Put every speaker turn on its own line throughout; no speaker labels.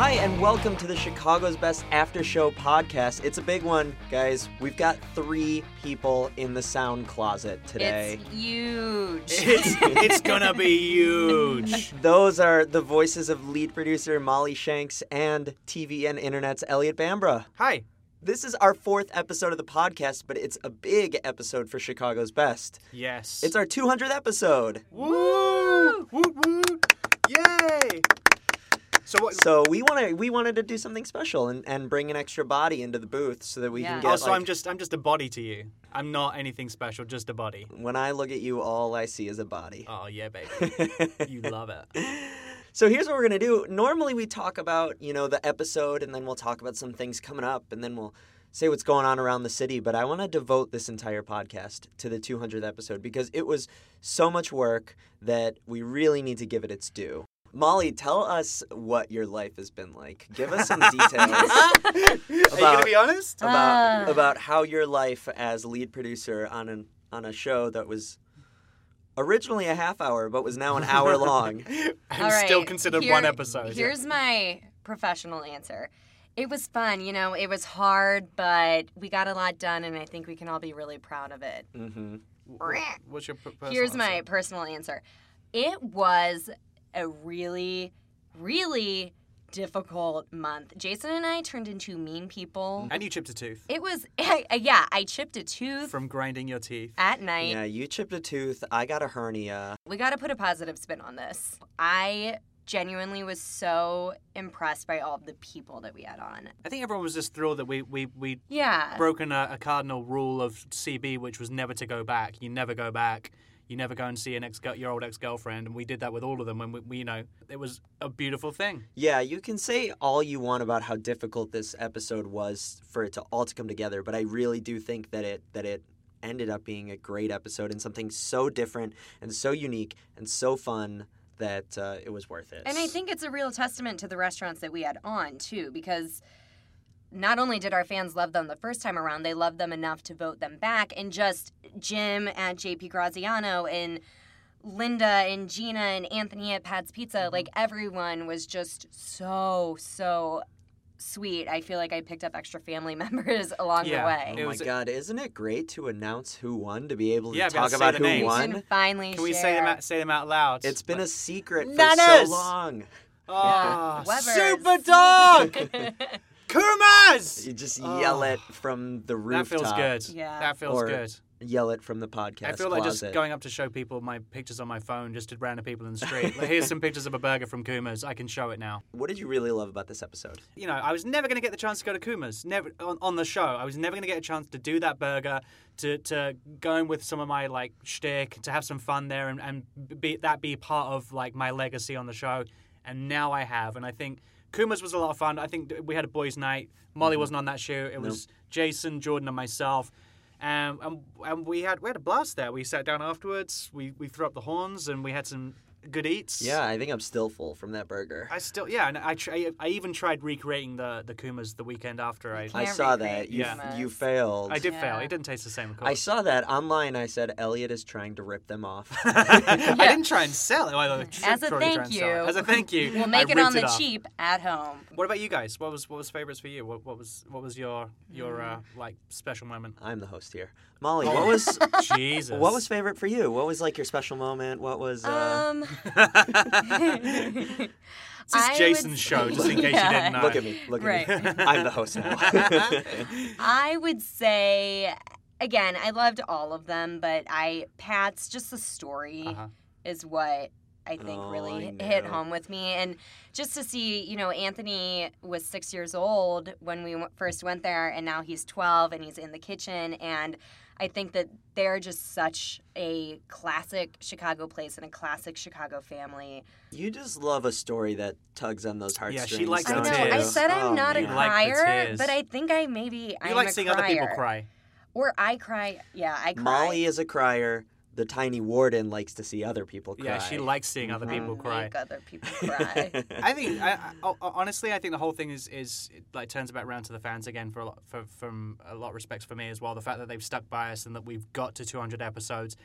Hi, and welcome to the Chicago's Best After Show podcast. It's a big one, guys. We've got three people in the sound closet today.
It's huge.
It's-
it's gonna be huge.
Those are the voices of lead producer Molly Shanks and TV and Internet's Elliot Bambra.
Hi.
This is our fourth episode of the podcast, but it's a big episode for Chicago's Best.
Yes.
It's our 200th episode.
woo woo woo. Yay. So what?
So we want to we wanted to do something special and, and bring an extra body into the booth so that we can
Yeah.
get
also,
like,
I'm just I'm just a body to you. I'm not anything special, just a body.
when I look at you all I see is a body.
Oh yeah, baby. you love it.
So here's what we're gonna do. Normally we talk about you know the episode, and then we'll talk about some things coming up, and then we'll say what's going on around the city. But I want to devote this entire podcast to the 200th episode because it was so much work that we really need to give it its due. Molly, tell us what your life has been like. Give us some details
Are you gonna
About-
be honest?
about
Ah.
about how your life as lead producer on an on a show that was originally a half hour but was now an hour long.
I'm
All right,
still considered one
here-
episode. yeah.
Here's my professional answer. It was fun, you know, it was hard, but we got a lot done and I think we can all be really proud of it.
hmm
Wh- What's your per- personal
Here's my
answer?
personal answer. It was a really, really difficult month. Jason and I turned into mean people.
And you chipped a tooth
It was, yeah, I chipped a tooth
from grinding your teeth.
at night.
Yeah, you chipped a tooth. I got a hernia.
We got to put a positive spin on this. I genuinely was so impressed by all of the people that we had on.
I think everyone was just thrilled that we we we
Yeah.
broken a, a cardinal rule of CB, which was never to go back. You never go back. You never go and see an ex your old ex girlfriend, and we did that with all of them. When we, we, you know, it was a beautiful thing.
Yeah, you can say all you want about how difficult this episode was for it to all to come together, but I really do think that it that it ended up being a great episode and something so different and so unique and so fun that uh, it was worth it.
And I think it's a real testament to the restaurants that we had on, too, because not only did our fans love them the first time around, they loved them enough to vote them back. And just Jim at JP Graziano and Linda and Gina and Anthony at Pat's Pizza, like everyone was just so, so sweet. I feel like I picked up extra family members along
Yeah.
the way.
Oh
It
my
was-
god, isn't it great to announce who won to be able to
Yeah, I was gonna
talk
say
about
the
who
names.
can
won?
finally
Can we
share.
say them out, say them out loud?
It's been a secret for
Nanas!
so long.
oh,
Weber's.
super dog, Kumas.
You just
Oh.
yell it from the
That
rooftop.
feels good.
Yeah.
That feels
Or
good.
Yell it from the podcast
I feel like
closet.
just going up to show people my pictures on my phone, just to random people in the street. like, here's some pictures of a burger from Kumas. I can show it now.
What did you really love about this episode?
you know, I was never going to get the chance to go to Kuma's. Never on, on the show, I was never going to get a chance to do that burger, to to go in with some of my like shtick, to have some fun there, and and be, that be part of like my legacy on the show. And now I have, and I think Kuma's was a lot of fun. I think we had a boys' night. Molly wasn't on that shoot. It was Jason, Jordan, and myself. Um, and and we had we had a blast there. We sat down afterwards. We we threw up the horns and we had some good eats.
Yeah, I think I'm still full from that burger.
I still, yeah, and I, tr- I even tried recreating the the kumas the weekend after I.
I
can't
saw
recreate
that. You,
Yeah.
you failed.
I did
Yeah.
fail. It didn't taste the same, of
I
course.
saw that online. I said Elliot is trying to rip them off.
I, didn't try and sell it. Well, I should
As a
try to
thank
try and sell it.
you.
As a thank you.
We'll
I
make it
ripped
on the
off.
cheap at home.
What about you guys? What was what was favorites for you? What, what was what was your your
Mm.
uh, like special moment?
I'm the host here. Molly,
Oh.
what was
Jesus.
what was favorite for you? What was like your special moment? What was uh,
Um,
this is
I would
Jason's show, just in case you
Yeah.
didn't know.
Look at me. Look at me.
Um, Right.
I'm the host now.
I would say again, I loved all of them, but I Pat's just the story
Uh-huh.
is what I think
Oh, I
really hit
know.
home with me, and just to see, you know, Anthony was six years old when we w- first went there, and now he's twelve and he's in the kitchen, and I think that they're just such a classic Chicago place and a classic Chicago family.
you just love a story that tugs on those
Yeah,
heartstrings.
she likes
I
the
don't
know.
you?
I
tears.
said I'm
Oh,
not a
You
man.
like the
crier,
tears.
but I think I maybe
You
I'm
like
a
seeing other people
crier.
cry.
Or I cry. Yeah, I cry.
Molly is a crier. The tiny warden likes to see other people cry.
Yeah, she likes seeing other
Mhm.
people
I
cry.
Make other people cry.
I think I, I, ho- honestly, I think the whole thing is is it, like turns back round to the fans again for a lot for, from a lot of respects for me as well. The fact that they've stuck by us and that we've got to 200 episodes.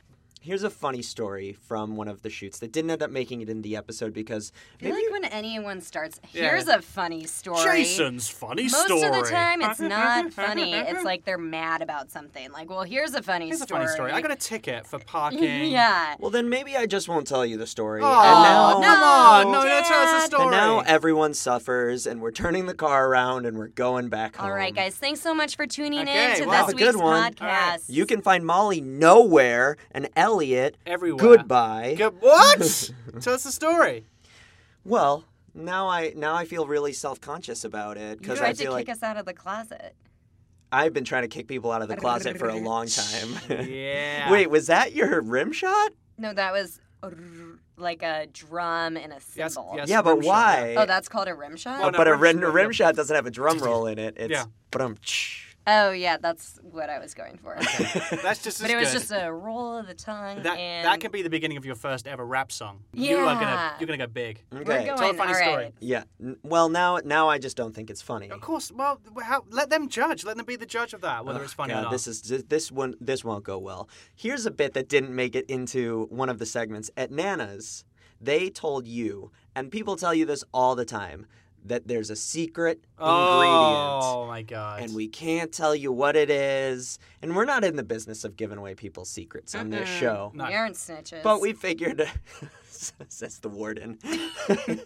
Here's a funny story from one of the shoots that didn't end up making it in the episode because
I feel
maybe
like when anyone starts,
Yeah.
here's a funny story.
Jason's funny
Most
story.
of the time, it's not funny. It's like they're mad about something. Like, well, here's a funny
Here's a
story.
funny story. I got a ticket for parking.
yeah.
well then maybe I just won't tell you the story.
Oh,
and now,
come on. No, no,
Dad.
tell us a story.
and now everyone suffers, and we're turning the car around, and we're going back home.
All right, guys. Thanks so much for tuning
Okay,
in to
well, have
this
Um, a
week's
good one.
podcast.
All right.
You can find Molly nowhere and Elliot
Everywhere.
goodbye.
Good- what? tell us a story.
well, now I now I feel really self conscious about it
You
because I
tried to kick
feel like
us out of the closet.
I've been trying to kick people out of the closet for a long time.
Yeah.
Wait, was that your rim shot?
No, that was like a drum and a
Yes,
cymbal.
yes. That's
yeah,
a
but
rim shot,
why?
Oh, that's called a rim shot.
Oh, no,
but a
rim
rim,
shot,
rim
yeah.
shot doesn't have a drum roll in it. It's
Yeah.
but I'm.
Oh yeah, that's what I was going for.
That's just.
but
as
it was
good.
just a roll of the tongue,
That
and
that could be the beginning of your first ever rap song. You are gonna
Yeah.
you're gonna go big.
we're
Okay.
going.
Tell a
all
funny story.
right.
Yeah. N- Well, now now I just don't think it's funny.
Of course. Well, how, let them judge. Let them be the judge of that, whether it's funny
God,
or not.
This is this one. This won't go well. Here's a bit that didn't make it into one of the segments at Nana's. They told you, and people tell you this all the time, that there's a secret ingredient,
oh my god.
and we can't tell you what it is. And we're not in the business of giving away people's secrets on this
Mm-mm.
show.
No.
We aren't snitches.
But we figured, says the warden,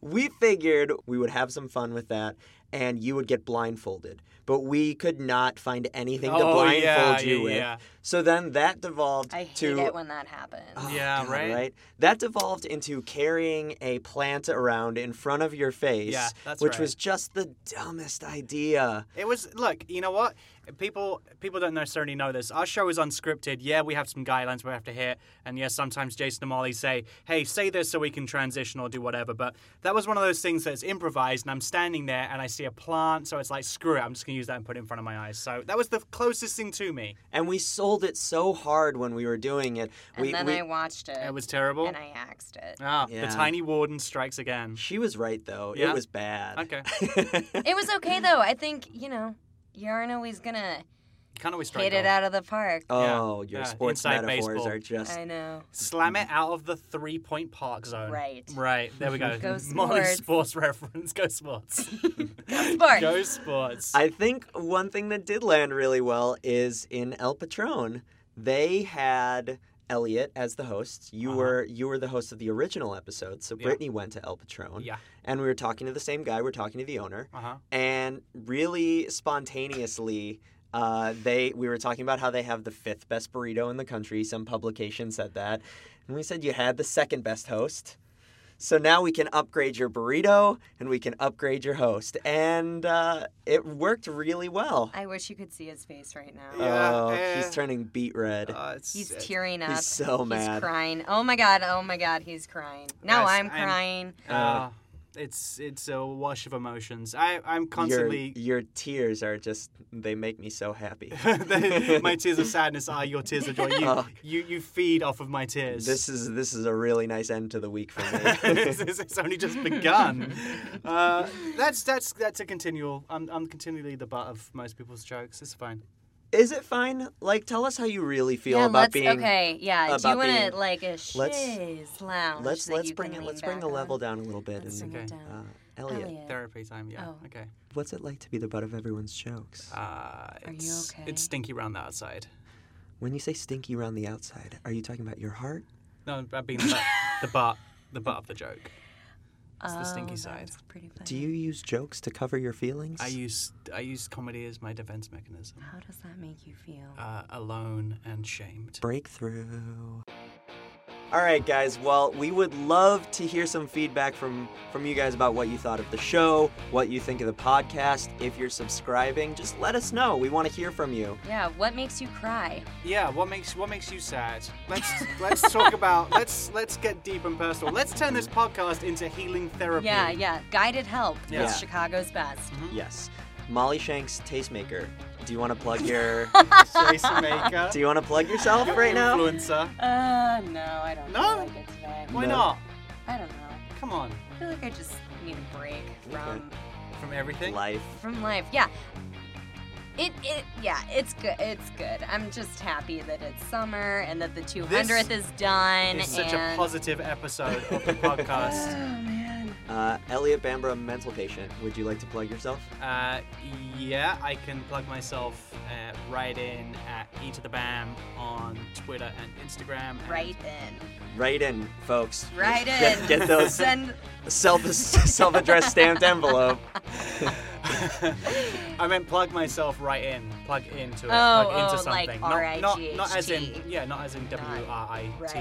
we figured we would have some fun with that and you would get blindfolded. But we could not find anything to
Oh,
blindfold
yeah,
you
yeah,
with.
yeah.
So then that devolved
I hate
to.
it when that happens.
Oh,
Yeah,
God,
right?
That devolved into carrying a plant around in front of your face,
Yeah, that's
which
right.
was just the dumbest idea.
It was look, you know what? People people don't necessarily know this. Our show is unscripted. Yeah, we have some guidelines we have to hit, and yes, sometimes Jason and Molly say, "Hey, say this so we can transition or do whatever." But that was one of those things that's improvised, and I'm standing there and I see a plant, so it's like, "Screw it, I'm just gonna use that and put it in front of my eyes." So that was the closest thing to me.
And we sold it so hard when we were doing it.
and
we,
then
we-
I watched it,
It was terrible.
and I axed it.
ah,
Yeah.
the tiny warden strikes again.
She was right, though.
Yeah.
It was bad.
Okay, you
it was okay though. I think you know, you aren't always gonna
can't always strike.
hit it
gold.
out of the park.
Yeah,
Oh, your
yeah,
sports
inside
metaphors
baseball.
are just.
I know.
Slam it out of the three-point park zone.
Right.
Right, there we go.
Go
Molly's
sports.
sports reference. Go sports.
Sport.
Go sports.
I think one thing that did land really well is in El Patron. They had Elliot as the host. You
Uh-huh.
were you were the host of the original episode, so
Yeah.
Brittany went to El Patron.
yeah.
And we were talking to the same guy. We are talking to the owner,
Uh huh.
and really spontaneously. Uh, they we were talking about how they have the fifth best burrito in the country. Some publication said that, and we said you had the second best host. So now we can upgrade your burrito and we can upgrade your host, and uh, it worked really well.
I wish you could see his face right now.
Yeah, uh,
oh,
eh.
he's turning beet red.
He's tearing up.
he's so mad.
He's crying. Oh my god. Oh my god. He's crying. Now
Yes,
I'm
I'm-
crying.
Uh, it's it's a wash of emotions. I I'm
your,
constantly.
your tears are just they make me so happy.
my tears of sadness are your tears of joy. You,
Oh.
you you feed off of my tears.
This is this is a really nice end to the week for me.
it's, it's- it's only just begun. Uh, that's that's that's a continual. I'm I'm continually the butt of most people's jokes. It's fine.
Is it fine? Like, tell us how you really feel
yeah,
about
let's,
being.
okay. Yeah. Do you
about
want
being-
to like a chaise lounge?
Let's
that
let's
you
bring
can
it. Let's
lean
bring the
back
level
on?
down a little bit.
Let's Oh,
and
bring it
Okay.
uh,
down.
Elliot,
Elliot,
Therapy time. Yeah.
Oh.
Okay.
what's it like to be the butt of everyone's jokes?
Uh,
you
it's,
okay?
It's stinky round the outside.
when you say stinky around the outside, are you talking about your heart?
No, I've been the butt, the butt, the butt of the joke. It's the
Oh,
stinky
that
side.
was pretty
Do
funny.
you use jokes to cover your feelings?
I use I use comedy as my defense mechanism.
How does that make you feel?
Uh, alone and shamed.
breakthrough. All right, guys. Well, we would love to hear some feedback from from you guys about what you thought of the show, what you think of the podcast. If you're subscribing, just let us know. We want to hear from you.
Yeah. What makes you cry?
Yeah, what makes what makes you sad? Let's let's talk about let's let's get deep and personal. Let's turn this podcast into healing therapy.
Yeah. Yeah. Guided help.
Yeah.
It's Chicago's best.
Yes, Molly Shanks, tastemaker. Do you want to plug your
Jason Maker.
Do you want to plug yourself
your
right now?
Influencer.
Uh, no, I don't.
No?
Feel like it today.
Why
No.
not?
I don't know.
Come on.
I feel like I just need a break from
From everything.
Life.
from life. Yeah. It, it yeah, it's good. It's good. I'm just happy that it's summer and that the 200th is done.
It's such a
and Oh,
positive episode of the podcast.
man.
Uh, Elliot Bambra, mental patient. Would you like to plug yourself?
Uh, yeah, I can plug myself uh, right in at Eat the Bam on Twitter and Instagram. and-
Right in.
Right in, folks.
Right
Get-
in.
get those-
Send,
Self self addressed stamped envelope.
Oh, I meant plug myself right in, plug into it,
Oh,
plug into
oh, like
something. not, not,
R-I-G-H-T.
not as in yeah, not as in W R I T.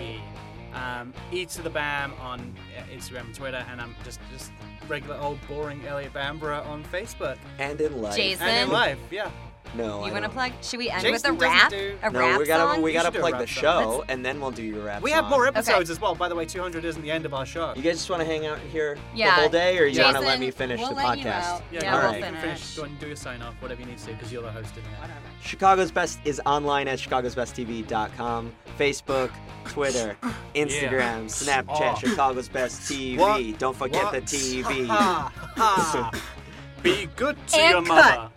right.
Um, E to the Bam on uh, Instagram and Twitter, and I'm just just regular old boring Elliot Bambra on Facebook
And in life.
Jason.
and in
Then-
life. Yeah,
No. I
you want to
don't.
plug? Should we end with a
Jason doesn't
rap?
do-
A
No,
rap
we gotta
song?
we gotta
should do a
plug
rap
the
song.
show, and then we'll do your rap.
we have
song.
more episodes as well. By the way, 200 isn't the end of our show.
You guys just want to hang out here
Yeah.
the whole day, or you want to
Jason,
let me finish
we'll
the
let you
podcast?
out.
yeah,
Yeah,
All
you
we'll
right.
can finish.
finish.
Go and do your sign off, whatever you need to, do, because you're the host in there.
Whatever.
Chicago's Best is online at chicagosbesttv.com, Facebook, Twitter, Instagram, Snapchat,
Oh.
Chicago's Best TV.
What?
Don't forget the
What?
TV.
Ha, ha. Be good to
And
your mother.
cut.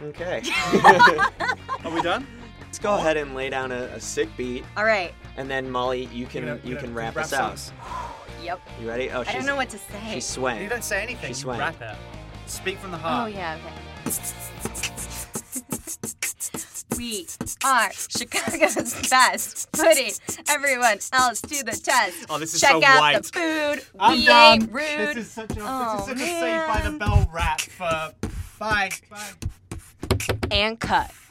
okay.
Are we done?
Let's go ahead and lay down a, a sick beat,
All right.
and then Molly, you can
You're gonna-
you
you're
can
gonna
wrap us out.
songs.
Yep.
You ready? Oh, she's
I don't know what to say.
she swam.
You don't say anything.
She
You
swam.
rap it. Speak from the
Oh
heart.
yeah, okay. We are Chicago's best, putting everyone else to the test.
Oh, this is
Check
so
out the
white.
food.
I'm
we
done.
ain't rude.
This is such a,
Oh,
this is such a save by the
man.
bell rap for. Bye. Bye.
and cut.